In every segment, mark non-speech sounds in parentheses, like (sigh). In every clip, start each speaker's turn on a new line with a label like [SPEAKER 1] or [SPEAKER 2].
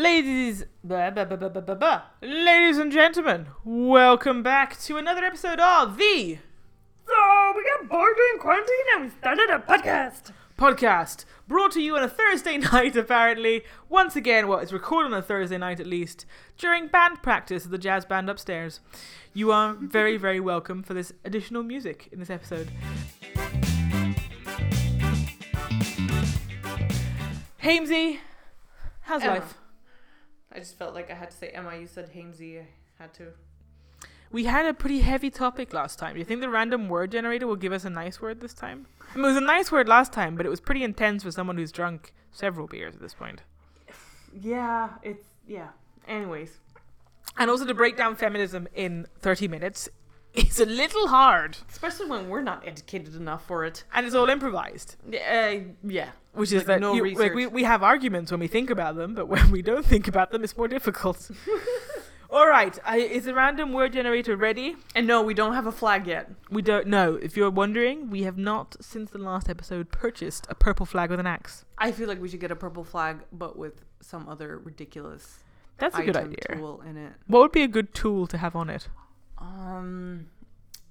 [SPEAKER 1] Ladies, blah, blah, blah, blah, blah, blah, blah. ladies and gentlemen, welcome back to another episode of the
[SPEAKER 2] So we got bored during quarantine and we started a podcast.
[SPEAKER 1] podcast brought to you on a Thursday (laughs) night. Apparently, once again, well, it's recorded on a Thursday night at least during band practice of the jazz band upstairs. You are very, (laughs) very welcome for this additional music in this episode. Hamesy, how's
[SPEAKER 2] Emma.
[SPEAKER 1] life?
[SPEAKER 2] I just felt like I had to say Emma. You said Hamzy. I had to.
[SPEAKER 1] We had a pretty heavy topic last time. Do you think the random word generator will give us a nice word this time? I mean, it was a nice word last time, but it was pretty intense for someone who's drunk several beers at this point.
[SPEAKER 2] Yeah, it's yeah. Anyways,
[SPEAKER 1] And also to break down feminism in 30 minutes is a little hard.
[SPEAKER 2] especially when we're not educated enough for it.
[SPEAKER 1] And it's all improvised,
[SPEAKER 2] Yeah, uh, yeah.
[SPEAKER 1] which is
[SPEAKER 2] Like,
[SPEAKER 1] that
[SPEAKER 2] no
[SPEAKER 1] you- like,
[SPEAKER 2] research.
[SPEAKER 1] we, we have arguments when we think about them, but when we don't think about them, it's more
[SPEAKER 2] (laughs)
[SPEAKER 1] difficult. all right, I, is the random word generator ready?
[SPEAKER 2] And no, we don't have a flag yet.
[SPEAKER 1] We don't know. If you're wondering, we have not, since the last episode, purchased a purple flag with an axe.
[SPEAKER 2] I feel like we should get a purple flag, but with some other ridiculous
[SPEAKER 1] That's a good
[SPEAKER 2] item
[SPEAKER 1] idea.
[SPEAKER 2] tool in it.
[SPEAKER 1] What would be a good tool to have on it?
[SPEAKER 2] Um,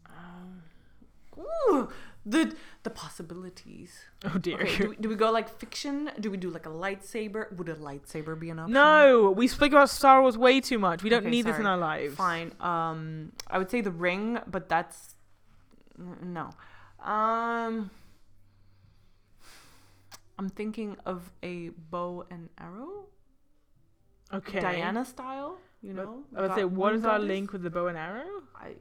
[SPEAKER 2] um, ooh, the the possibilities.
[SPEAKER 1] Oh dear.
[SPEAKER 2] Okay, do, we, do we go like fiction? Do we do like a lightsaber? Would a lightsaber be an option?
[SPEAKER 1] no, we speak about Star Wars way too much. We don't
[SPEAKER 2] Okay,
[SPEAKER 1] need this in
[SPEAKER 2] sorry.
[SPEAKER 1] our lives.
[SPEAKER 2] Fine. Um, I would say the ring, but that's n- no. Um, I'm thinking of a bow and arrow,
[SPEAKER 1] Okay.
[SPEAKER 2] Diana style. You
[SPEAKER 1] But-
[SPEAKER 2] know.
[SPEAKER 1] I would say,
[SPEAKER 2] God-
[SPEAKER 1] what is
[SPEAKER 2] God
[SPEAKER 1] our link with the bow and arrow? (laughs)
[SPEAKER 2] I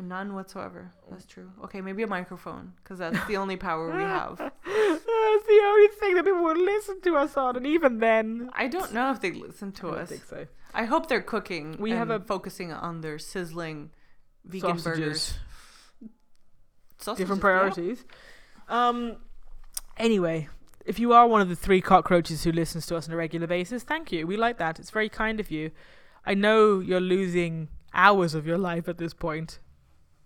[SPEAKER 2] none whatsoever.
[SPEAKER 1] Oh.
[SPEAKER 2] That's true. Okay, maybe a microphone, because that's the only power we have.
[SPEAKER 1] (laughs) That's the only thing that people would listen to us on, and even then,
[SPEAKER 2] I don't know if they listen to
[SPEAKER 1] I don't
[SPEAKER 2] us.
[SPEAKER 1] think so.
[SPEAKER 2] I hope they're cooking.
[SPEAKER 1] We have
[SPEAKER 2] and
[SPEAKER 1] a-
[SPEAKER 2] focusing on their sizzling vegan
[SPEAKER 1] Sausages.
[SPEAKER 2] burgers. Sausages,
[SPEAKER 1] Different
[SPEAKER 2] yeah.
[SPEAKER 1] priorities. Um. Anyway, if you are one of the three cockroaches who listens to us on a regular basis, thank you. We like that. It's very kind of you. I know you're losing hours of your life at this point,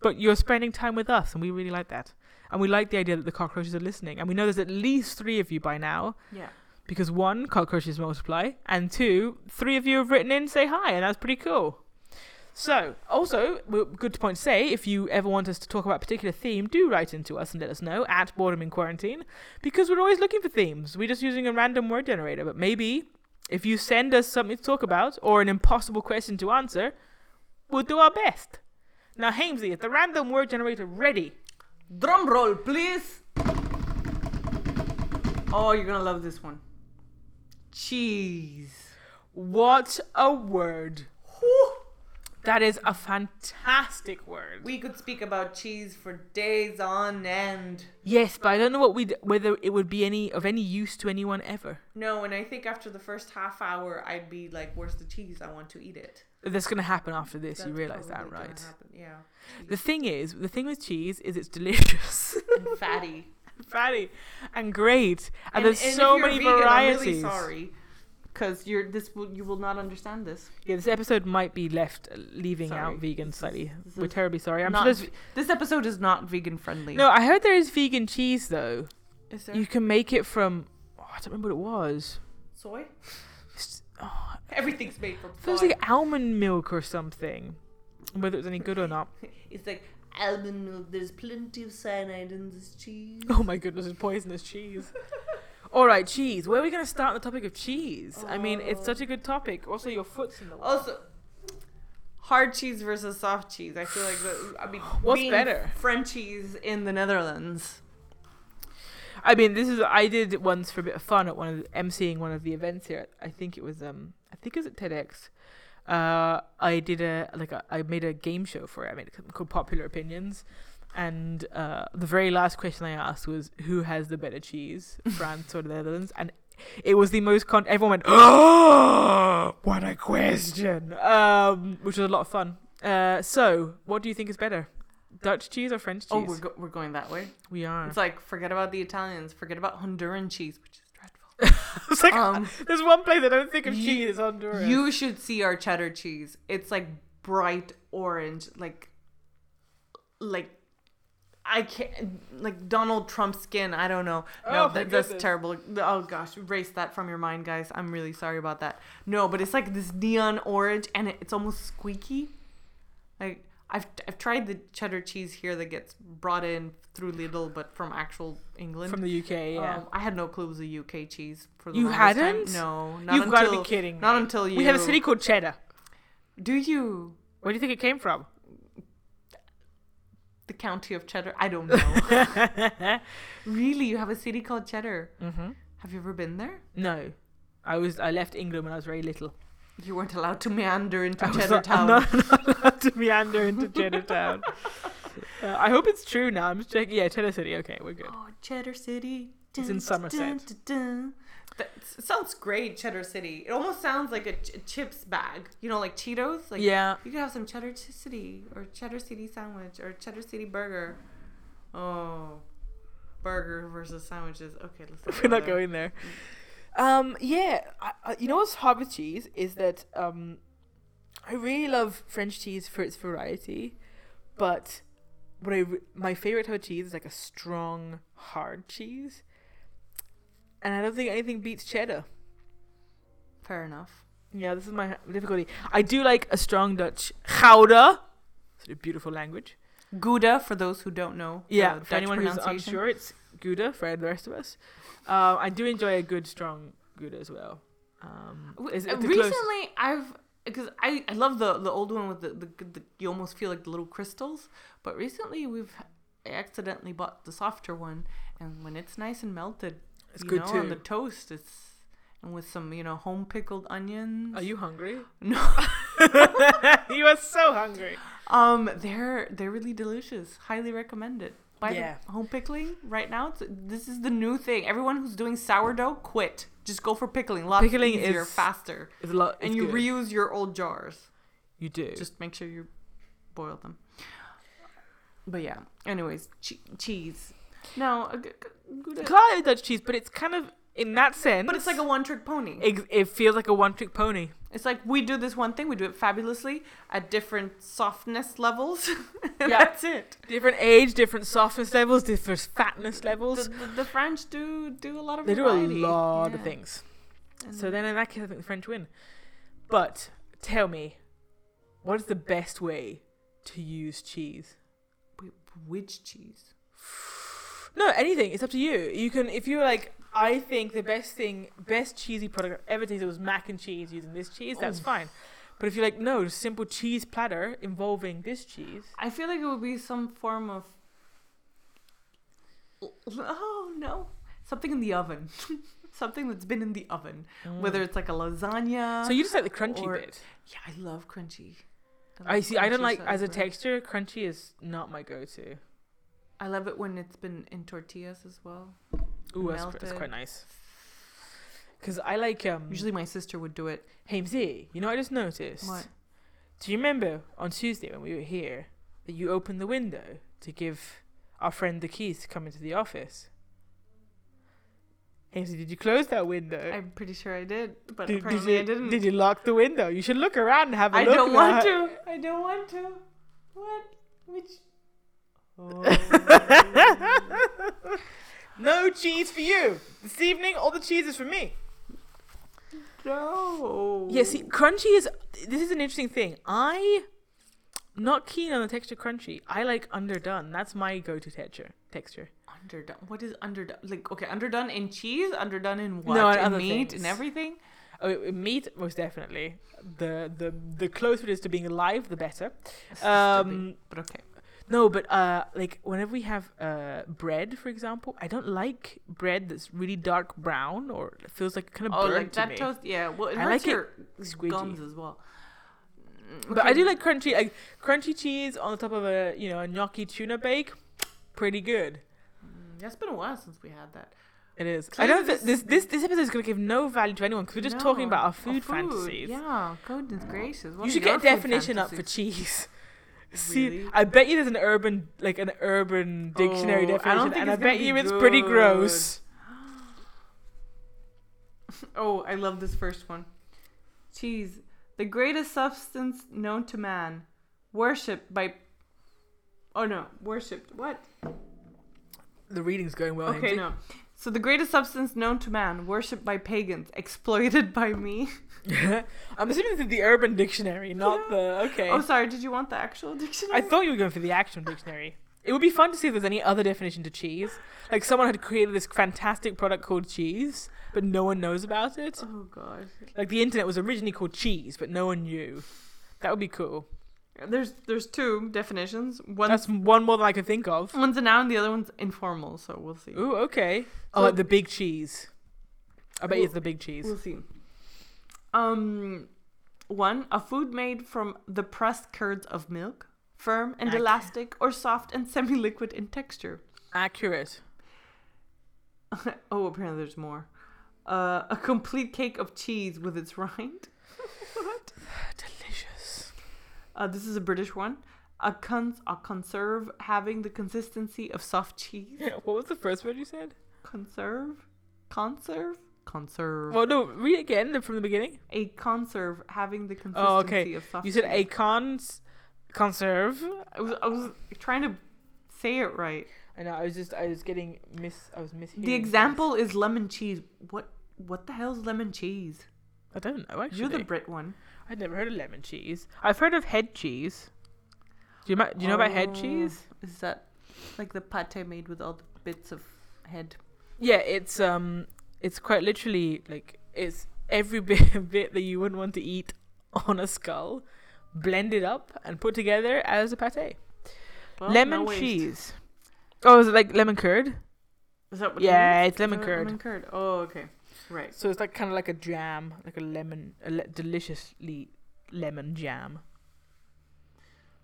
[SPEAKER 1] but you're spending time with us, and we really like that. And we like the idea that the cockroaches are listening. And we know there's at least three of you by now.
[SPEAKER 2] Yeah.
[SPEAKER 1] because one, cockroaches multiply, and two, three of you have written in say hi, and that's pretty cool. So, also, w- good point to say, if you ever want us to talk about a particular theme, do write into us and let us know at Boredom in Quarantine, because we're always looking for themes. We're just using a random word generator, but maybe if you send us something to talk about or an impossible question to answer, we'll do our best. Now, Hamesy, is the random word generator ready?
[SPEAKER 2] Drum roll, please. Oh, you're gonna love this one. Cheese.
[SPEAKER 1] What a word!
[SPEAKER 2] Whew.
[SPEAKER 1] That is a fantastic word.
[SPEAKER 2] We could speak about cheese for days on end.
[SPEAKER 1] Yes, but I don't know what we whether it would be any of any use to anyone ever.
[SPEAKER 2] No, and I think after the first half hour, I'd be like, "Where's the cheese? I want to eat it."
[SPEAKER 1] That's going to happen after this. you
[SPEAKER 2] That's
[SPEAKER 1] realize that,
[SPEAKER 2] probably gonna
[SPEAKER 1] right?
[SPEAKER 2] happen, Yeah.
[SPEAKER 1] The thing is, the thing with cheese is it's delicious, (laughs)
[SPEAKER 2] And fatty.
[SPEAKER 1] fatty, and great, and,
[SPEAKER 2] and,
[SPEAKER 1] there's
[SPEAKER 2] and if
[SPEAKER 1] so
[SPEAKER 2] you're
[SPEAKER 1] many
[SPEAKER 2] vegan,
[SPEAKER 1] varieties.
[SPEAKER 2] I'm really sorry, because you're this. Will, you will not understand this.
[SPEAKER 1] Yeah, this episode might be left uh, leaving
[SPEAKER 2] Sorry,
[SPEAKER 1] out vegan
[SPEAKER 2] this is-
[SPEAKER 1] slightly.
[SPEAKER 2] this
[SPEAKER 1] We're
[SPEAKER 2] is
[SPEAKER 1] terribly sorry. I'm sure
[SPEAKER 2] Not
[SPEAKER 1] there's-
[SPEAKER 2] ve- this episode is not vegan friendly.
[SPEAKER 1] no, I heard there is vegan cheese though.
[SPEAKER 2] is there
[SPEAKER 1] You can make it from. Oh, I don't remember what it was.
[SPEAKER 2] soy?
[SPEAKER 1] It's- oh,
[SPEAKER 2] Everything's made from
[SPEAKER 1] it
[SPEAKER 2] soy.
[SPEAKER 1] was like almond milk or something. Whether it was any good or not.
[SPEAKER 2] it's like almond milk. There's plenty of cyanide in this cheese.
[SPEAKER 1] (laughs) Oh my goodness, it's poisonous cheese. All right, cheese. Where are we going to start on the topic of cheese? I mean, it's such a good topic. Also, your foot's in the way.
[SPEAKER 2] Also, hard cheese versus soft cheese. I feel like the, I mean,
[SPEAKER 1] What's
[SPEAKER 2] being
[SPEAKER 1] better?
[SPEAKER 2] Frenchies in the Netherlands.
[SPEAKER 1] I mean, this is I did it once for a bit of fun at one of the, emceeing one of the events here. I think it was um I think it was at TEDx. Uh, I did a like a, I made a game show for it. I made it called Popular Opinions, and uh, the very last question I asked was who has the better cheese, France or the Netherlands, and it was the most con. Everyone went, oh, what a question! Um, which was a lot of fun. Uh, so what do you think is better, Dutch cheese or French cheese?
[SPEAKER 2] Oh, we're, go- we're going that way.
[SPEAKER 1] we are.
[SPEAKER 2] It's like forget about the Italians, forget about Honduran cheese, which is dreadful.
[SPEAKER 1] It's like,
[SPEAKER 2] Um,
[SPEAKER 1] There's one place I don't think of
[SPEAKER 2] You-
[SPEAKER 1] cheese, it's Honduras.
[SPEAKER 2] you should see our cheddar cheese. It's like bright orange, like like I can't like Donald Trump skin. I don't know. No,
[SPEAKER 1] Oh, my
[SPEAKER 2] that, that's
[SPEAKER 1] goodness.
[SPEAKER 2] terrible. Oh gosh, erase that from your mind, guys. I'm really sorry about that. No, but it's like this neon orange, and it, it's almost squeaky. Like I've I've tried the cheddar cheese here that gets brought in through Lidl, but from actual England.
[SPEAKER 1] from the UK. Yeah,
[SPEAKER 2] Um, I had no clue it was a UK cheese. For the
[SPEAKER 1] You
[SPEAKER 2] longest time.
[SPEAKER 1] hadn't?
[SPEAKER 2] No, not
[SPEAKER 1] you've
[SPEAKER 2] until,
[SPEAKER 1] got to be kidding.
[SPEAKER 2] Not
[SPEAKER 1] me.
[SPEAKER 2] until you.
[SPEAKER 1] we have a city called Cheddar.
[SPEAKER 2] Do you?
[SPEAKER 1] Where do you think it came (laughs) from?
[SPEAKER 2] The county of cheddar. I don't
[SPEAKER 1] (laughs)
[SPEAKER 2] know.
[SPEAKER 1] Mm-hmm.
[SPEAKER 2] really, you have a city called Cheddar.
[SPEAKER 1] hmm
[SPEAKER 2] Have you ever been there?
[SPEAKER 1] No, I was I left England when I was very little.
[SPEAKER 2] You weren't allowed to meander into
[SPEAKER 1] I was
[SPEAKER 2] Cheddar
[SPEAKER 1] not-
[SPEAKER 2] Town.
[SPEAKER 1] I'm not, not allowed (laughs) to meander into Cheddar (laughs) Town. Uh, I hope it's true now. I'm just checking. Yeah, Cheddar City. Okay, we're good.
[SPEAKER 2] (laughs) Oh, Cheddar City.
[SPEAKER 1] It's in Somerset.
[SPEAKER 2] dun, dun. That s- sounds great, Cheddar City. It almost sounds like a, ch- a chips bag. You know, like Cheetos. Like
[SPEAKER 1] yeah,
[SPEAKER 2] you could have some Cheddar Ch- City or Cheddar City sandwich or Cheddar City burger. Oh, burger versus sandwiches. Okay, let's.
[SPEAKER 1] (laughs) we're
[SPEAKER 2] go
[SPEAKER 1] not
[SPEAKER 2] there.
[SPEAKER 1] going there. Um, yeah, I, I, you know what's hard with cheese is that um, I really love French cheese for its variety, but what I re- my favorite type of cheese is like a strong hard cheese, and I don't think anything beats cheddar.
[SPEAKER 2] Fair enough.
[SPEAKER 1] Yeah, this is my difficulty. I do like a strong Dutch gouda. It's a beautiful language.
[SPEAKER 2] Gouda, for those who don't know.
[SPEAKER 1] Yeah,
[SPEAKER 2] the
[SPEAKER 1] for
[SPEAKER 2] uh, Dutch
[SPEAKER 1] anyone who's
[SPEAKER 2] pronunciation.
[SPEAKER 1] unsure, it's gouda for the rest of us. Um, I do enjoy a good strong gouda as well. Um,
[SPEAKER 2] W-
[SPEAKER 1] is
[SPEAKER 2] uh,
[SPEAKER 1] it the
[SPEAKER 2] recently,
[SPEAKER 1] close-
[SPEAKER 2] I've because I, I love the the old one with the, the the you almost feel like the little crystals. But recently, we've I accidentally bought the softer one, and when it's nice and melted,
[SPEAKER 1] It's
[SPEAKER 2] you
[SPEAKER 1] good
[SPEAKER 2] know,
[SPEAKER 1] too.
[SPEAKER 2] on the toast. It's and with some you know home pickled onions.
[SPEAKER 1] Are you hungry?
[SPEAKER 2] no? (laughs)
[SPEAKER 1] you are so hungry.
[SPEAKER 2] um, they're they're really delicious. Highly recommend it. Buy the
[SPEAKER 1] Yeah.
[SPEAKER 2] home pickling right now. It's, this is the new thing. Everyone who's doing sourdough, quit. Just go for pickling. Lots
[SPEAKER 1] Pickling
[SPEAKER 2] easier,
[SPEAKER 1] is-
[SPEAKER 2] faster,
[SPEAKER 1] (laughs) It's a lot.
[SPEAKER 2] and you reuse your old jars.
[SPEAKER 1] you do.
[SPEAKER 2] Just make sure you boil them. But yeah. Anyways, che- cheese. No, a g- g- gouda.
[SPEAKER 1] Clearly Dutch cheese, but it's kind of in that sense.
[SPEAKER 2] But it's like a one-trick pony.
[SPEAKER 1] It, it feels like a one-trick pony.
[SPEAKER 2] It's like we do this one thing, we do it fabulously at different softness levels. (laughs) and
[SPEAKER 1] Yeah.
[SPEAKER 2] That's it.
[SPEAKER 1] Different age, different softness levels, different fatness levels.
[SPEAKER 2] The, the, the French do do a lot of.
[SPEAKER 1] They do a
[SPEAKER 2] variety.
[SPEAKER 1] lot of
[SPEAKER 2] Yeah.
[SPEAKER 1] things.
[SPEAKER 2] And
[SPEAKER 1] So then in that case, I think the French win. But tell me, what is the best way to use cheese?
[SPEAKER 2] which cheese?
[SPEAKER 1] No, anything. It's up to you. You can, if you're like, I think the best thing, best cheesy product I've ever tasted was mac and cheese using this cheese, that's
[SPEAKER 2] Oh.
[SPEAKER 1] fine. But if you're like, no, just simple cheese platter involving this cheese.
[SPEAKER 2] I feel like it would be some form of. Oh no! Something in the oven. (laughs) Something that's been in the oven. Whether it's like a lasagna.
[SPEAKER 1] Mm. So you just like the crunchy
[SPEAKER 2] or-
[SPEAKER 1] bit.
[SPEAKER 2] Yeah, I love crunchy.
[SPEAKER 1] I
[SPEAKER 2] love
[SPEAKER 1] see. I don't
[SPEAKER 2] crunchy
[SPEAKER 1] like,
[SPEAKER 2] side
[SPEAKER 1] as a
[SPEAKER 2] bread.
[SPEAKER 1] texture, crunchy is not my go to.
[SPEAKER 2] I love it when it's been in tortillas as well.
[SPEAKER 1] Ooh, that's, that's
[SPEAKER 2] Melted.
[SPEAKER 1] quite nice. Because I like, um,
[SPEAKER 2] Usually my sister would do it.
[SPEAKER 1] Hamzy, you know what I just noticed?
[SPEAKER 2] What?
[SPEAKER 1] Do you remember on Tuesday when we were here that you opened the window to give our friend the keys to come into the office? Hamzy, did you close that window?
[SPEAKER 2] I'm pretty sure I did, but
[SPEAKER 1] uh, did, did
[SPEAKER 2] apparently
[SPEAKER 1] you,
[SPEAKER 2] I didn't.
[SPEAKER 1] Did you lock the window? You should look around and have a
[SPEAKER 2] I
[SPEAKER 1] look.
[SPEAKER 2] don't
[SPEAKER 1] at
[SPEAKER 2] want
[SPEAKER 1] how-
[SPEAKER 2] to. I don't want to. What? Which? Oh.
[SPEAKER 1] (laughs) No cheese for you this evening. All the cheese is for me.
[SPEAKER 2] no.
[SPEAKER 1] Yeah, see, crunchy is. This is an interesting thing. I, not keen on the texture crunchy. I like underdone. That's my go-to texture. Texture.
[SPEAKER 2] Underdone. What is underdone? Like, okay, underdone in cheese, underdone in what?
[SPEAKER 1] No, in
[SPEAKER 2] in
[SPEAKER 1] other
[SPEAKER 2] meat,
[SPEAKER 1] things.
[SPEAKER 2] in everything.
[SPEAKER 1] Oh, it- it- meat, most definitely. The the the closer it is to being alive, the
[SPEAKER 2] (laughs)
[SPEAKER 1] better. Um,
[SPEAKER 2] but okay.
[SPEAKER 1] no, but uh, like whenever we have uh bread, for example, I don't like bread that's really dark brown or it feels like kind of
[SPEAKER 2] Oh,
[SPEAKER 1] burnt
[SPEAKER 2] like
[SPEAKER 1] to
[SPEAKER 2] that
[SPEAKER 1] me.
[SPEAKER 2] toast. Yeah. Well, it
[SPEAKER 1] I
[SPEAKER 2] hurts
[SPEAKER 1] like it
[SPEAKER 2] your
[SPEAKER 1] squidgy.
[SPEAKER 2] gums as well. Mm,
[SPEAKER 1] But I
[SPEAKER 2] Okay.
[SPEAKER 1] do like crunchy, like crunchy cheese on the top of a you know a gnocchi tuna bake. Pretty good.
[SPEAKER 2] Mm, That's been a while since we had that.
[SPEAKER 1] It is. I
[SPEAKER 2] Clearly
[SPEAKER 1] don't think this
[SPEAKER 2] this-
[SPEAKER 1] this this episode is going to give no value to anyone because we're just talking
[SPEAKER 2] No,
[SPEAKER 1] about our
[SPEAKER 2] a
[SPEAKER 1] food, fantasies. Mm.
[SPEAKER 2] Yeah, goodness gracious. what
[SPEAKER 1] you
[SPEAKER 2] are
[SPEAKER 1] should
[SPEAKER 2] your
[SPEAKER 1] get a
[SPEAKER 2] food
[SPEAKER 1] definition up for
[SPEAKER 2] fantasies?
[SPEAKER 1] cheese. (laughs) See,
[SPEAKER 2] Really?
[SPEAKER 1] I bet you there's an urban like an urban dictionary
[SPEAKER 2] Oh, I don't
[SPEAKER 1] definition,
[SPEAKER 2] think
[SPEAKER 1] and I
[SPEAKER 2] it's gonna
[SPEAKER 1] bet
[SPEAKER 2] be
[SPEAKER 1] you it's pretty
[SPEAKER 2] good.
[SPEAKER 1] gross.
[SPEAKER 2] Oh, I love this first one. Cheese, the greatest substance known to man, worshipped by. Oh no, worshipped. What?
[SPEAKER 1] The reading's going well.
[SPEAKER 2] Okay,
[SPEAKER 1] Ainsley.
[SPEAKER 2] no. So the greatest substance known to man, worshipped by pagans, (laughs) exploited by me.
[SPEAKER 1] (laughs) I'm assuming this is the Urban Dictionary,
[SPEAKER 2] (laughs)
[SPEAKER 1] not the. Okay.
[SPEAKER 2] Oh, sorry. Did you want the actual
[SPEAKER 1] I
[SPEAKER 2] dictionary?
[SPEAKER 1] thought you were going for the Action Dictionary. It would be fun to see if there's any other definition to cheese. Like someone had created this fantastic product called cheese, but no one knows about it.
[SPEAKER 2] (laughs) oh god.
[SPEAKER 1] Like the internet was originally called cheese, but no one knew. That would be cool.
[SPEAKER 2] There's there's two definitions. One
[SPEAKER 1] That's one more than I could think of.
[SPEAKER 2] one's a noun, the other one's informal. So we'll see.
[SPEAKER 1] Ooh, okay. Oh, like the big cheese. I bet it's the big cheese.
[SPEAKER 2] We'll see. Um, one a food made from the pressed curds of milk, firm and
[SPEAKER 1] Ac-
[SPEAKER 2] elastic, or soft and semi-liquid in texture.
[SPEAKER 1] Accurate.
[SPEAKER 2] oh, apparently there's more. Uh, a complete cake of cheese with its rind.
[SPEAKER 1] Delicious.
[SPEAKER 2] Uh, this is a British one. A, cons- a conserve having the consistency of soft cheese.
[SPEAKER 1] (laughs) What was the first word you said?
[SPEAKER 2] Conserve? Conserve? Conserve.
[SPEAKER 1] Well, no, read it again from the beginning.
[SPEAKER 2] A conserve having the consistency
[SPEAKER 1] Oh, okay.
[SPEAKER 2] of soft
[SPEAKER 1] You said a
[SPEAKER 2] cheese.
[SPEAKER 1] cons conserve.
[SPEAKER 2] I was, I was trying to say it right.
[SPEAKER 1] I know. I was just. I was getting mis. I was mishearing.
[SPEAKER 2] The example is lemon cheese. What What the hell's lemon cheese?
[SPEAKER 1] I don't know. Actually,
[SPEAKER 2] You're the Brit one.
[SPEAKER 1] I'd never heard of lemon cheese. I've heard of head cheese. Do you ma- do you know about head
[SPEAKER 2] Oh,
[SPEAKER 1] cheese?
[SPEAKER 2] Is that like the pate made with all the bits of head?
[SPEAKER 1] Yeah, it's um, it's quite literally like it's every (laughs) bit bit that you wouldn't want to eat on a skull, blended up and put together as a pate.
[SPEAKER 2] Well,
[SPEAKER 1] lemon
[SPEAKER 2] no waste.
[SPEAKER 1] cheese. Oh, is it like lemon curd?
[SPEAKER 2] Is that what it
[SPEAKER 1] Yeah,
[SPEAKER 2] is?
[SPEAKER 1] it's lemon
[SPEAKER 2] Is that
[SPEAKER 1] curd.
[SPEAKER 2] Lemon curd. Oh, okay. Right.
[SPEAKER 1] So it's like kind of like a jam, like a lemon, a le- deliciously lemon jam.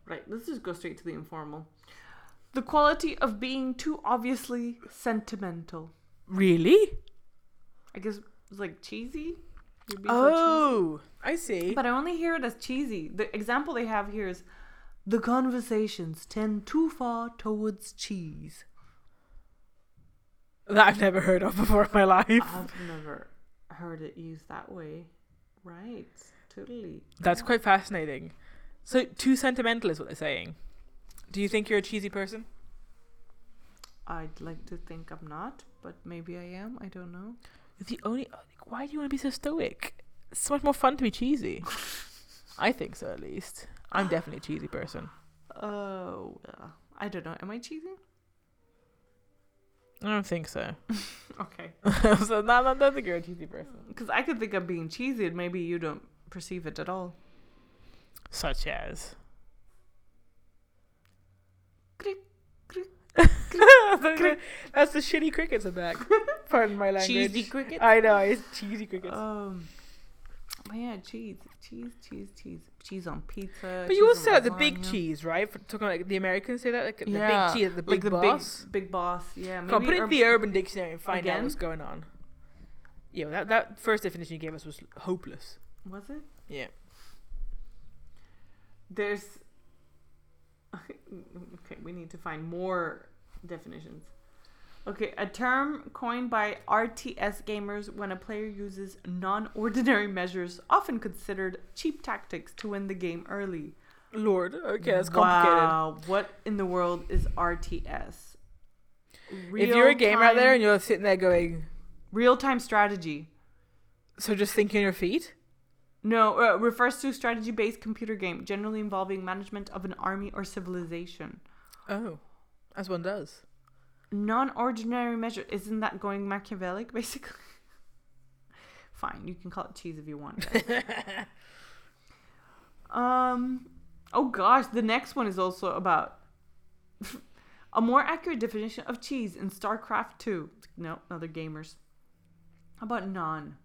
[SPEAKER 2] Right, let's just go straight to the informal. The quality of being too obviously sentimental.
[SPEAKER 1] Really?
[SPEAKER 2] I guess it's like cheesy. You're being so
[SPEAKER 1] Oh, I see.
[SPEAKER 2] cheesy. But I only hear it as cheesy. The example they have here is the conversations tend too far towards cheese.
[SPEAKER 1] That I've never heard of (laughs) before in my life.
[SPEAKER 2] I've never heard it used that way. Right, totally.
[SPEAKER 1] That's quite fascinating. So too sentimental is what they're saying. Do you think you're a cheesy person?
[SPEAKER 2] I'd like to think I'm not, but maybe I am. I don't know.
[SPEAKER 1] You're the only. like, Why do you want to be so stoic? It's so much more fun to be cheesy. (laughs) I think so, at least. I'm definitely a cheesy person.
[SPEAKER 2] Oh, uh, I don't know. Am I cheesy?
[SPEAKER 1] I don't think so. (laughs)
[SPEAKER 2] Okay.
[SPEAKER 1] so no, no, I don't think you're a cheesy person.
[SPEAKER 2] Because I could think I'm being cheesy, and maybe you don't perceive it at all.
[SPEAKER 1] Such as.
[SPEAKER 2] Crick, crick,
[SPEAKER 1] (laughs) That's the shitty crickets are back. (laughs) Pardon my language.
[SPEAKER 2] cricket.
[SPEAKER 1] I know it's cheesy crickets.
[SPEAKER 2] Um, but yeah, cheese, cheese, cheese, cheese, cheese on pizza.
[SPEAKER 1] but you
[SPEAKER 2] cheese
[SPEAKER 1] also say
[SPEAKER 2] on
[SPEAKER 1] like the big
[SPEAKER 2] lasagna.
[SPEAKER 1] cheese, right? For talking like the Americans say that, like the
[SPEAKER 2] Yeah,
[SPEAKER 1] big cheese, the big
[SPEAKER 2] like the
[SPEAKER 1] boss.
[SPEAKER 2] big, big boss. Yeah,
[SPEAKER 1] Come on, put it in
[SPEAKER 2] urb-
[SPEAKER 1] the Urban Dictionary and find out
[SPEAKER 2] Again?
[SPEAKER 1] what's going on. Yeah, that that first definition you gave us was hopeless.
[SPEAKER 2] Was it?
[SPEAKER 1] Yeah.
[SPEAKER 2] There's. (laughs) Okay, we need to find more definitions. Okay, a term coined by RTS gamers when a player uses non ordinary measures, often considered cheap tactics, to win the game early.
[SPEAKER 1] Lord, okay, that's complicated.
[SPEAKER 2] Wow, what in the world is RTS?
[SPEAKER 1] if you're a gamer out there
[SPEAKER 2] Real-time-
[SPEAKER 1] and you're sitting there going,
[SPEAKER 2] real-time strategy.
[SPEAKER 1] so just think on your feet.
[SPEAKER 2] No, uh, refers to strategy-based computer game, generally involving management of an army or civilization.
[SPEAKER 1] Oh, as one does.
[SPEAKER 2] Non-ordinary measure. Isn't that going Machiavellic, (laughs) basically? Fine, you can call it cheese if you want. guys. um, oh gosh, the next one is also about (laughs) a more accurate definition of cheese in StarCraft 2. No, other gamers. How about non?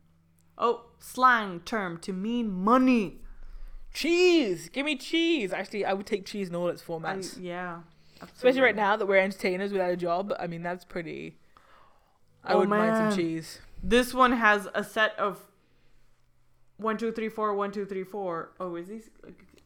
[SPEAKER 2] Oh, slang term to mean money.
[SPEAKER 1] (laughs) Cheese, give me cheese. Actually, I would take cheese in all its
[SPEAKER 2] I-
[SPEAKER 1] formats,
[SPEAKER 2] yeah.
[SPEAKER 1] especially
[SPEAKER 2] absolutely.
[SPEAKER 1] right now that we're entertainers without a job. I mean, that's pretty. I
[SPEAKER 2] Oh,
[SPEAKER 1] wouldn't mind
[SPEAKER 2] man.
[SPEAKER 1] some cheese.
[SPEAKER 2] This one has a set of one, two, three, four, one, two, three, four. Oh, is these?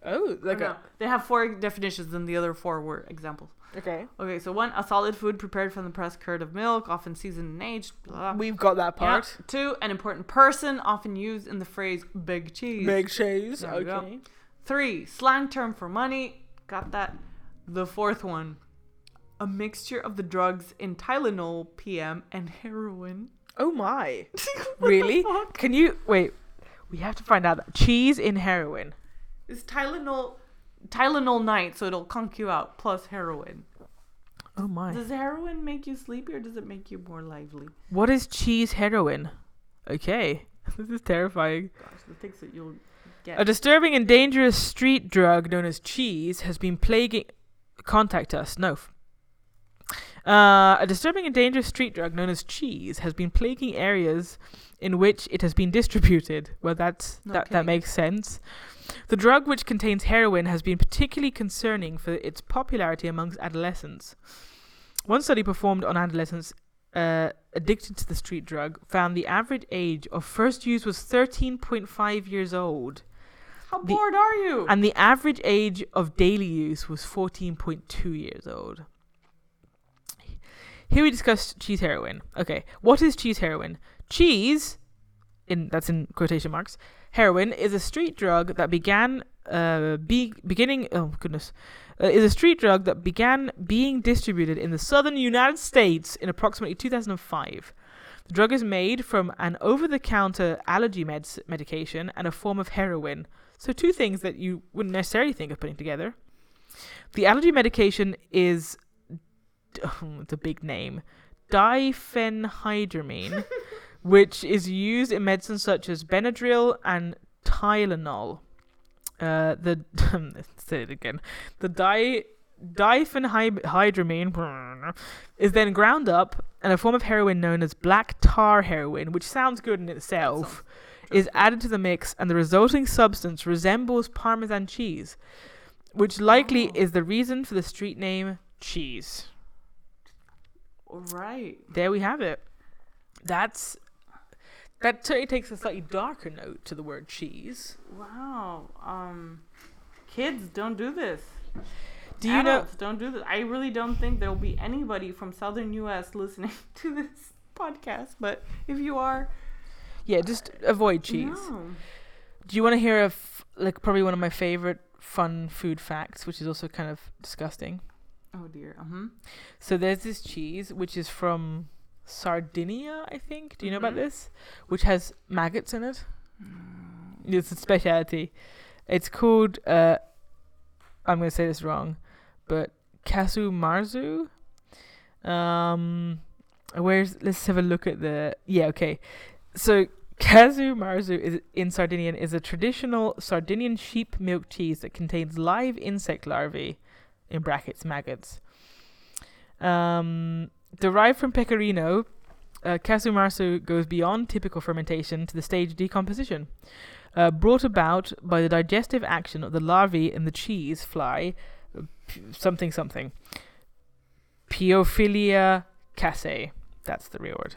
[SPEAKER 1] Oh, like
[SPEAKER 2] no. They have four definitions, and the other four were examples.
[SPEAKER 1] a, okay.
[SPEAKER 2] Okay, so one, a solid food prepared from the pressed curd of milk, often seasoned and aged. Blah.
[SPEAKER 1] We've got that
[SPEAKER 2] Yeah.
[SPEAKER 1] part.
[SPEAKER 2] Two, an important person, often used in the phrase "big cheese."
[SPEAKER 1] Big cheese.
[SPEAKER 2] There we go.
[SPEAKER 1] Okay.
[SPEAKER 2] Three, slang term for money. Got that. The fourth one, a mixture of the drugs in Tylenol PM and heroin. (laughs)
[SPEAKER 1] Oh my.
[SPEAKER 2] What the
[SPEAKER 1] Really?
[SPEAKER 2] fuck?
[SPEAKER 1] Can you wait? We have to find out that cheese in heroin.
[SPEAKER 2] It's Tylenol, Tylenol night, so it'll conk you out. Plus heroin.
[SPEAKER 1] Oh my.
[SPEAKER 2] Does heroin make you sleepy or does it make you more lively?
[SPEAKER 1] What is cheese heroin? Okay. (laughs) This is terrifying.
[SPEAKER 2] Gosh, the things that you'll get.
[SPEAKER 1] A disturbing and dangerous street drug known as cheese has been plaguing. Contact us. No. Uh, a disturbing and dangerous street drug known as cheese has been plaguing areas in which it has been distributed. Well, that's
[SPEAKER 2] No
[SPEAKER 1] that, that
[SPEAKER 2] kidding.
[SPEAKER 1] makes sense. The drug, which contains heroin, has been particularly concerning for its popularity amongst adolescents. One study performed on adolescents uh, addicted to the street drug found the average age of first use was 13.5 years old.
[SPEAKER 2] How
[SPEAKER 1] the-
[SPEAKER 2] bored are you?
[SPEAKER 1] And the average age of daily use was 14.2 years old. Here we discuss cheese heroin. Okay, what is cheese heroin? Cheese, in that's in quotation marks, heroin is a street drug that began uh, be, beginning. Oh goodness, uh, is a street drug that began being distributed in the southern United States in approximately 2005. The drug is made from an over-the-counter allergy meds medication and a form of heroin. So two things that you wouldn't necessarily think of putting together. The allergy medication is (laughs) it's a big name, diphenhydramine, which is used in medicines such as Benadryl and Tylenol. Uh, the (laughs) let's say it again. The di diphenhydramine is then ground up and a form of heroin known as black tar heroin, which sounds good in itself is added to the mix, and the resulting substance resembles Parmesan cheese, which likely
[SPEAKER 2] Oh.
[SPEAKER 1] is the reason for the street name cheese.
[SPEAKER 2] All right.
[SPEAKER 1] There we have it. That's that certainly takes a slightly darker note to the word cheese.
[SPEAKER 2] Wow. Um, kids, don't do this.
[SPEAKER 1] Do you know?
[SPEAKER 2] Adults, Don't do this. I really don't think there will be anybody from Southern U.S. listening (laughs) to this podcast. But if you are,
[SPEAKER 1] Yeah, just avoid cheese.
[SPEAKER 2] no.
[SPEAKER 1] Do you want to hear a f- like probably one of my favorite fun food facts, which is also kind of disgusting?
[SPEAKER 2] Oh dear. Uh huh.
[SPEAKER 1] So there's this cheese which is from Sardinia, I think. Do you know about
[SPEAKER 2] Mhm.
[SPEAKER 1] this? Which has maggots in it.
[SPEAKER 2] uh-huh.
[SPEAKER 1] It's a speciality. It's called uh I'm gonna say this wrong, but Kasu Marzu. Um where's let's have a look at the yeah, okay. So Kazu Marzu is in Sardinian is a traditional Sardinian sheep milk cheese that contains live insect larvae in brackets maggots. Um, derived from pecorino, uh, casumarsu goes beyond typical fermentation to the stage of decomposition, uh, brought about by the digestive action of the larvae in the cheese fly, uh, p- something something. Piophilia casei. That's the real word.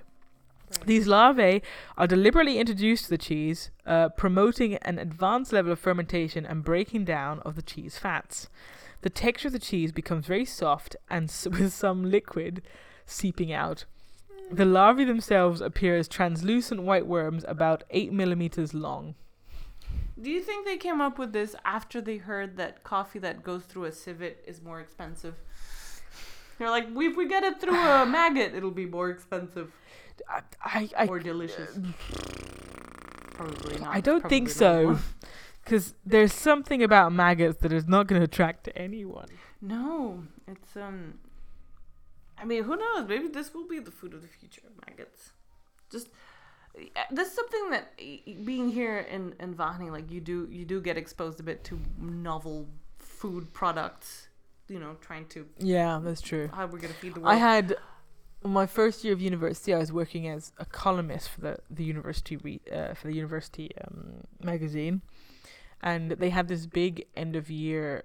[SPEAKER 1] These larvae are deliberately introduced to the cheese, uh, promoting an advanced level of fermentation and breaking down of the cheese fats. The texture of the cheese becomes very soft and s- (laughs) with some liquid seeping out. The larvae themselves appear as translucent white worms about 8 millimeters long.
[SPEAKER 2] Do you think they came up with this after they heard that coffee that goes through a civet is more expensive? They're like, if we get it
[SPEAKER 1] (sighs)
[SPEAKER 2] through a maggot, it'll be more expensive
[SPEAKER 1] I, I, I
[SPEAKER 2] or delicious. Probably not.
[SPEAKER 1] I don't think
[SPEAKER 2] probably not.
[SPEAKER 1] so. (laughs) Because there's something about maggots that is not going to attract anyone.
[SPEAKER 2] No, it's um. I mean, who knows? Maybe this will be the food of the future, maggots. Just uh, this is something that e- e- being here in in Vahni, like you do, you do get exposed a bit to novel food products. You know, trying to
[SPEAKER 1] Yeah, that's true.
[SPEAKER 2] how we're gonna feed the world.
[SPEAKER 1] I had my first year of university. I was working as a columnist for the the university re- uh, for the university um, magazine, and they had this big end of year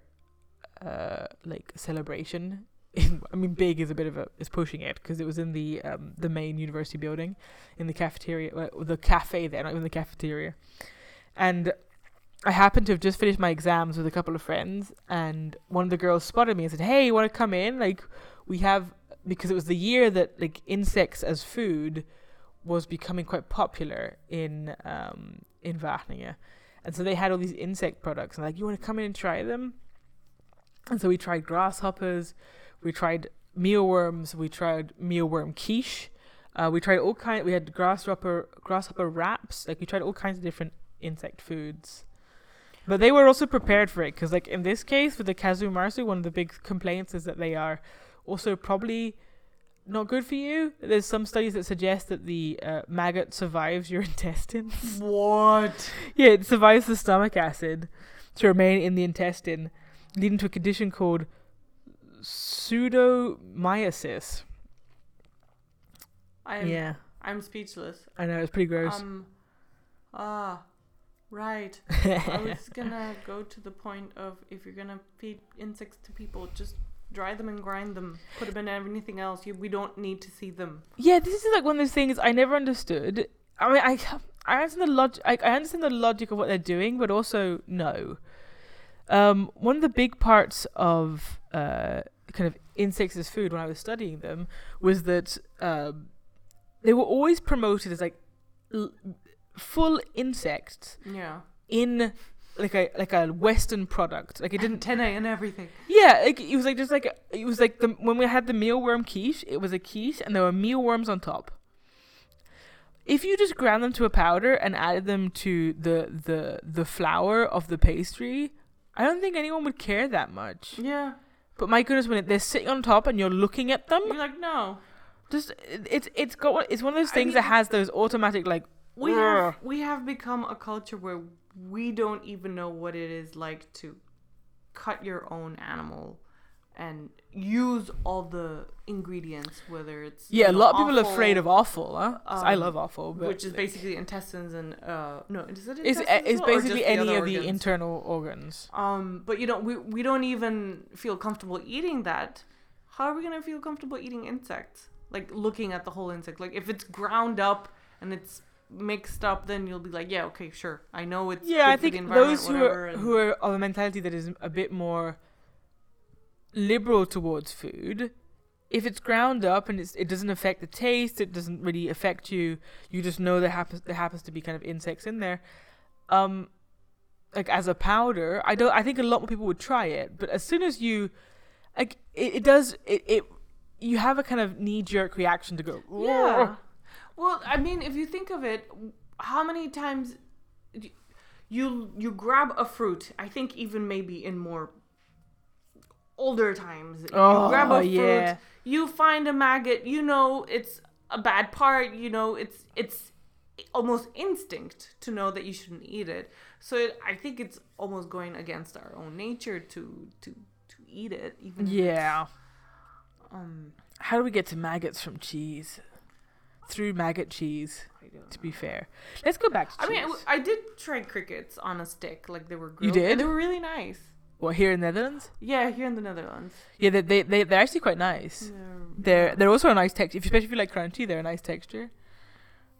[SPEAKER 1] uh, like celebration. (laughs) I mean, big is a bit of a is pushing it because it was in the um, the main university building, in the cafeteria, uh, the cafe there, not even the cafeteria, and. I happened to have just finished my exams with a couple of friends, and one of the girls spotted me and said, "Hey, you want to come in? Like, we have because it was the year that like insects as food was becoming quite popular in um in Wageningen. And so they had all these insect products and like you want to come in and try them? And so we tried grasshoppers, we tried mealworms, we tried mealworm quiche, uh, we tried all kind. We had grasshopper grasshopper wraps. Like we tried all kinds of different insect foods. But they were also prepared for it because, like in this case with the kazumarsu, one of the big complaints is that they are also probably not good for you. There's some studies that suggest that the uh, maggot survives your (laughs) intestines.
[SPEAKER 2] What?
[SPEAKER 1] Yeah, it survives the stomach acid to remain in the intestine, leading to a condition called pseudomyosis.
[SPEAKER 2] I'm,
[SPEAKER 1] yeah,
[SPEAKER 2] I'm speechless.
[SPEAKER 1] I know it's pretty gross.
[SPEAKER 2] Um, ah, right.
[SPEAKER 1] (laughs)
[SPEAKER 2] I was gonna go to the point of if you're gonna feed insects to people, just dry them and grind them. Put them in anything else. You, we don't need to see them.
[SPEAKER 1] yeah, this is like one of those things I never understood. I mean, I I understand the logic. I, I understand the logic of what they're doing, but also no. Um, one of the big parts of uh, kind of insects as food when I was studying them was that um, they were always promoted as like l- full insects
[SPEAKER 2] Yeah.
[SPEAKER 1] in like a like a Western product. Like it didn't
[SPEAKER 2] antennae and everything.
[SPEAKER 1] Yeah, like it was like just like it was like the when we had the mealworm quiche, it was a quiche and there were mealworms on top. If you just ground them to a powder and added them to the the the flour of the pastry, I don't think anyone would care that much.
[SPEAKER 2] Yeah.
[SPEAKER 1] But my goodness, when it, they're sitting on top and you're looking at them,
[SPEAKER 2] You're like no.
[SPEAKER 1] just it- it's it's got it's one of those
[SPEAKER 2] I
[SPEAKER 1] things
[SPEAKER 2] mean-
[SPEAKER 1] that has those automatic like
[SPEAKER 2] We
[SPEAKER 1] Ugh.
[SPEAKER 2] have we have become a culture where we don't even know what it is like to cut your own animal and use all the ingredients, whether it's
[SPEAKER 1] yeah. A
[SPEAKER 2] you know,
[SPEAKER 1] lot of people are afraid
[SPEAKER 2] offal,
[SPEAKER 1] of offal. Huh? 'Cause I
[SPEAKER 2] um,
[SPEAKER 1] love offal, but
[SPEAKER 2] which is basically intestines and uh no, is it
[SPEAKER 1] it's,
[SPEAKER 2] intestines as
[SPEAKER 1] it's
[SPEAKER 2] well, or just
[SPEAKER 1] basically
[SPEAKER 2] the
[SPEAKER 1] any
[SPEAKER 2] other
[SPEAKER 1] of the
[SPEAKER 2] organs?
[SPEAKER 1] internal organs.
[SPEAKER 2] um, but you know we we don't even feel comfortable eating that. How are we gonna feel comfortable eating insects? Like looking at the whole insect, like if it's ground up and it's mixed up, then you'll be like, yeah, okay, sure, I know it's
[SPEAKER 1] yeah, I
[SPEAKER 2] good for the
[SPEAKER 1] think
[SPEAKER 2] environment,
[SPEAKER 1] those who
[SPEAKER 2] whatever,
[SPEAKER 1] are
[SPEAKER 2] and-
[SPEAKER 1] who are of a mentality that is a bit more liberal towards food, if it's ground up and it's, it doesn't affect the taste, it doesn't really affect you. You just know there happens there happens to be kind of insects in there. Um, like as a powder, I don't. I think a lot more people would try it, but as soon as you, like, it, it does it. it you have a kind of knee-jerk reaction to go,
[SPEAKER 2] Yeah.
[SPEAKER 1] "Ugh."
[SPEAKER 2] Well, I mean, if you think of it, how many times d- you you grab a fruit? I think even maybe in more older times,
[SPEAKER 1] Oh,
[SPEAKER 2] you grab a fruit,
[SPEAKER 1] yeah.
[SPEAKER 2] you find a maggot. You know it's a bad part. You know it's it's almost instinct to know that you shouldn't eat it. So it, I think it's almost going against our own nature to to to eat it. Even if it's,
[SPEAKER 1] yeah.
[SPEAKER 2] Um.
[SPEAKER 1] How do we get to maggots from cheese? Through maggot cheese.
[SPEAKER 2] I don't
[SPEAKER 1] to be fair. Let's go back to
[SPEAKER 2] I mean, I,
[SPEAKER 1] cheese.
[SPEAKER 2] w- I did try crickets on a stick, like they were grilled.
[SPEAKER 1] You
[SPEAKER 2] and
[SPEAKER 1] did?
[SPEAKER 2] they were really nice.
[SPEAKER 1] well, here in the Netherlands,
[SPEAKER 2] Yeah, here in the Netherlands.
[SPEAKER 1] yeah, they they they they're actually quite nice. They're they're also a nice texture, especially if you like crunchy. They're a nice texture.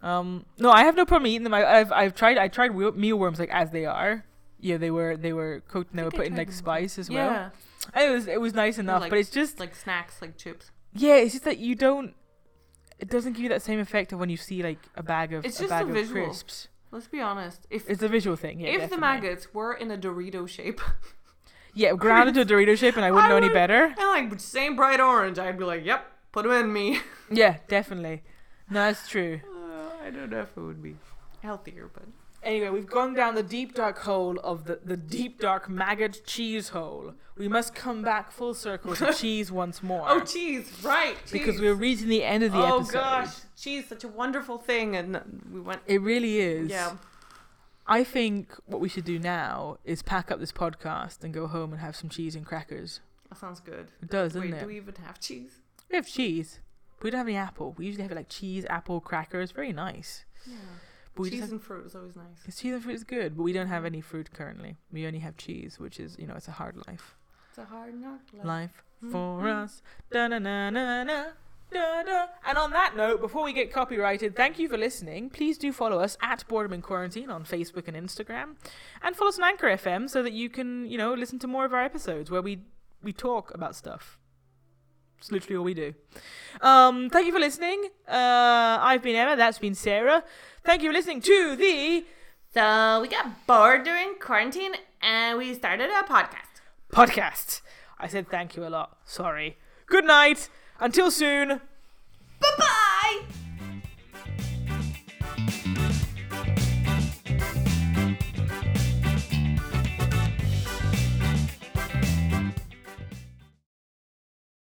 [SPEAKER 1] Um, no, I have no problem eating them. I, I've I've tried I tried wheel- mealworms like as they are. Yeah, they were they were cooked and they
[SPEAKER 2] I
[SPEAKER 1] were
[SPEAKER 2] think I
[SPEAKER 1] put in
[SPEAKER 2] tried
[SPEAKER 1] like
[SPEAKER 2] them as
[SPEAKER 1] spice as well.
[SPEAKER 2] yeah,
[SPEAKER 1] And it was it was nice enough,
[SPEAKER 2] like-
[SPEAKER 1] but it's just
[SPEAKER 2] it's like snacks, like chips.
[SPEAKER 1] yeah, it's just that you don't. It doesn't give you that same effect of when you see like a bag of
[SPEAKER 2] It's
[SPEAKER 1] a
[SPEAKER 2] just
[SPEAKER 1] bag
[SPEAKER 2] a
[SPEAKER 1] of
[SPEAKER 2] visual.
[SPEAKER 1] crisps.
[SPEAKER 2] Let's be honest. If
[SPEAKER 1] It's a visual thing. Yeah,
[SPEAKER 2] if the
[SPEAKER 1] definitely.
[SPEAKER 2] maggots were in a Dorito shape (laughs)
[SPEAKER 1] yeah ground into a Dorito shape, and I wouldn't
[SPEAKER 2] I
[SPEAKER 1] know any
[SPEAKER 2] would-
[SPEAKER 1] better.
[SPEAKER 2] and like same bright orange, I'd be like, "Yep, put them in me."
[SPEAKER 1] Yeah, definitely. No, that's true.
[SPEAKER 2] Uh, I don't know if it would be healthier, but
[SPEAKER 1] Anyway, we've gone down the deep dark hole of the, the deep dark maggot cheese hole. We must come back full circle
[SPEAKER 2] (laughs)
[SPEAKER 1] to cheese once more.
[SPEAKER 2] oh, cheese, right?
[SPEAKER 1] because
[SPEAKER 2] cheese.
[SPEAKER 1] we're reaching the end of the
[SPEAKER 2] oh
[SPEAKER 1] episode.
[SPEAKER 2] gosh, cheese, such a wonderful thing, and we went.
[SPEAKER 1] It really is.
[SPEAKER 2] Yeah,
[SPEAKER 1] I think what we should do now is pack up this podcast and go home and have some cheese and crackers.
[SPEAKER 2] that sounds good.
[SPEAKER 1] It does, doesn't
[SPEAKER 2] Wait,
[SPEAKER 1] it?
[SPEAKER 2] do we
[SPEAKER 1] we...
[SPEAKER 2] even have cheese?
[SPEAKER 1] have cheese. but We don't have any apple. We usually have like cheese, apple, crackers. Very nice.
[SPEAKER 2] Yeah.
[SPEAKER 1] But we
[SPEAKER 2] cheese
[SPEAKER 1] just have
[SPEAKER 2] and fruit is always nice.
[SPEAKER 1] Because cheese and fruit is good, but we don't have any fruit currently. We only have cheese, which is, you know, it's a hard life.
[SPEAKER 2] It's a hard knock life.
[SPEAKER 1] Life
[SPEAKER 2] Mm,
[SPEAKER 1] for
[SPEAKER 2] mm.
[SPEAKER 1] us. Da na na na na. Da, da. And on that note, before we get copyrighted, thank you for listening. Please do follow us at Boredom in Quarantine on Facebook and Instagram, and follow us on Anchor FM so that you can, you know, listen to more of our episodes where we we talk about stuff. It's literally all we do. Um, thank you for listening. Uh, I've been Emma. That's been Sarah. Thank you for listening to the
[SPEAKER 2] So we got bored during quarantine and we started a podcast.
[SPEAKER 1] podcast. I said thank you a lot. Sorry. Good night. Until soon.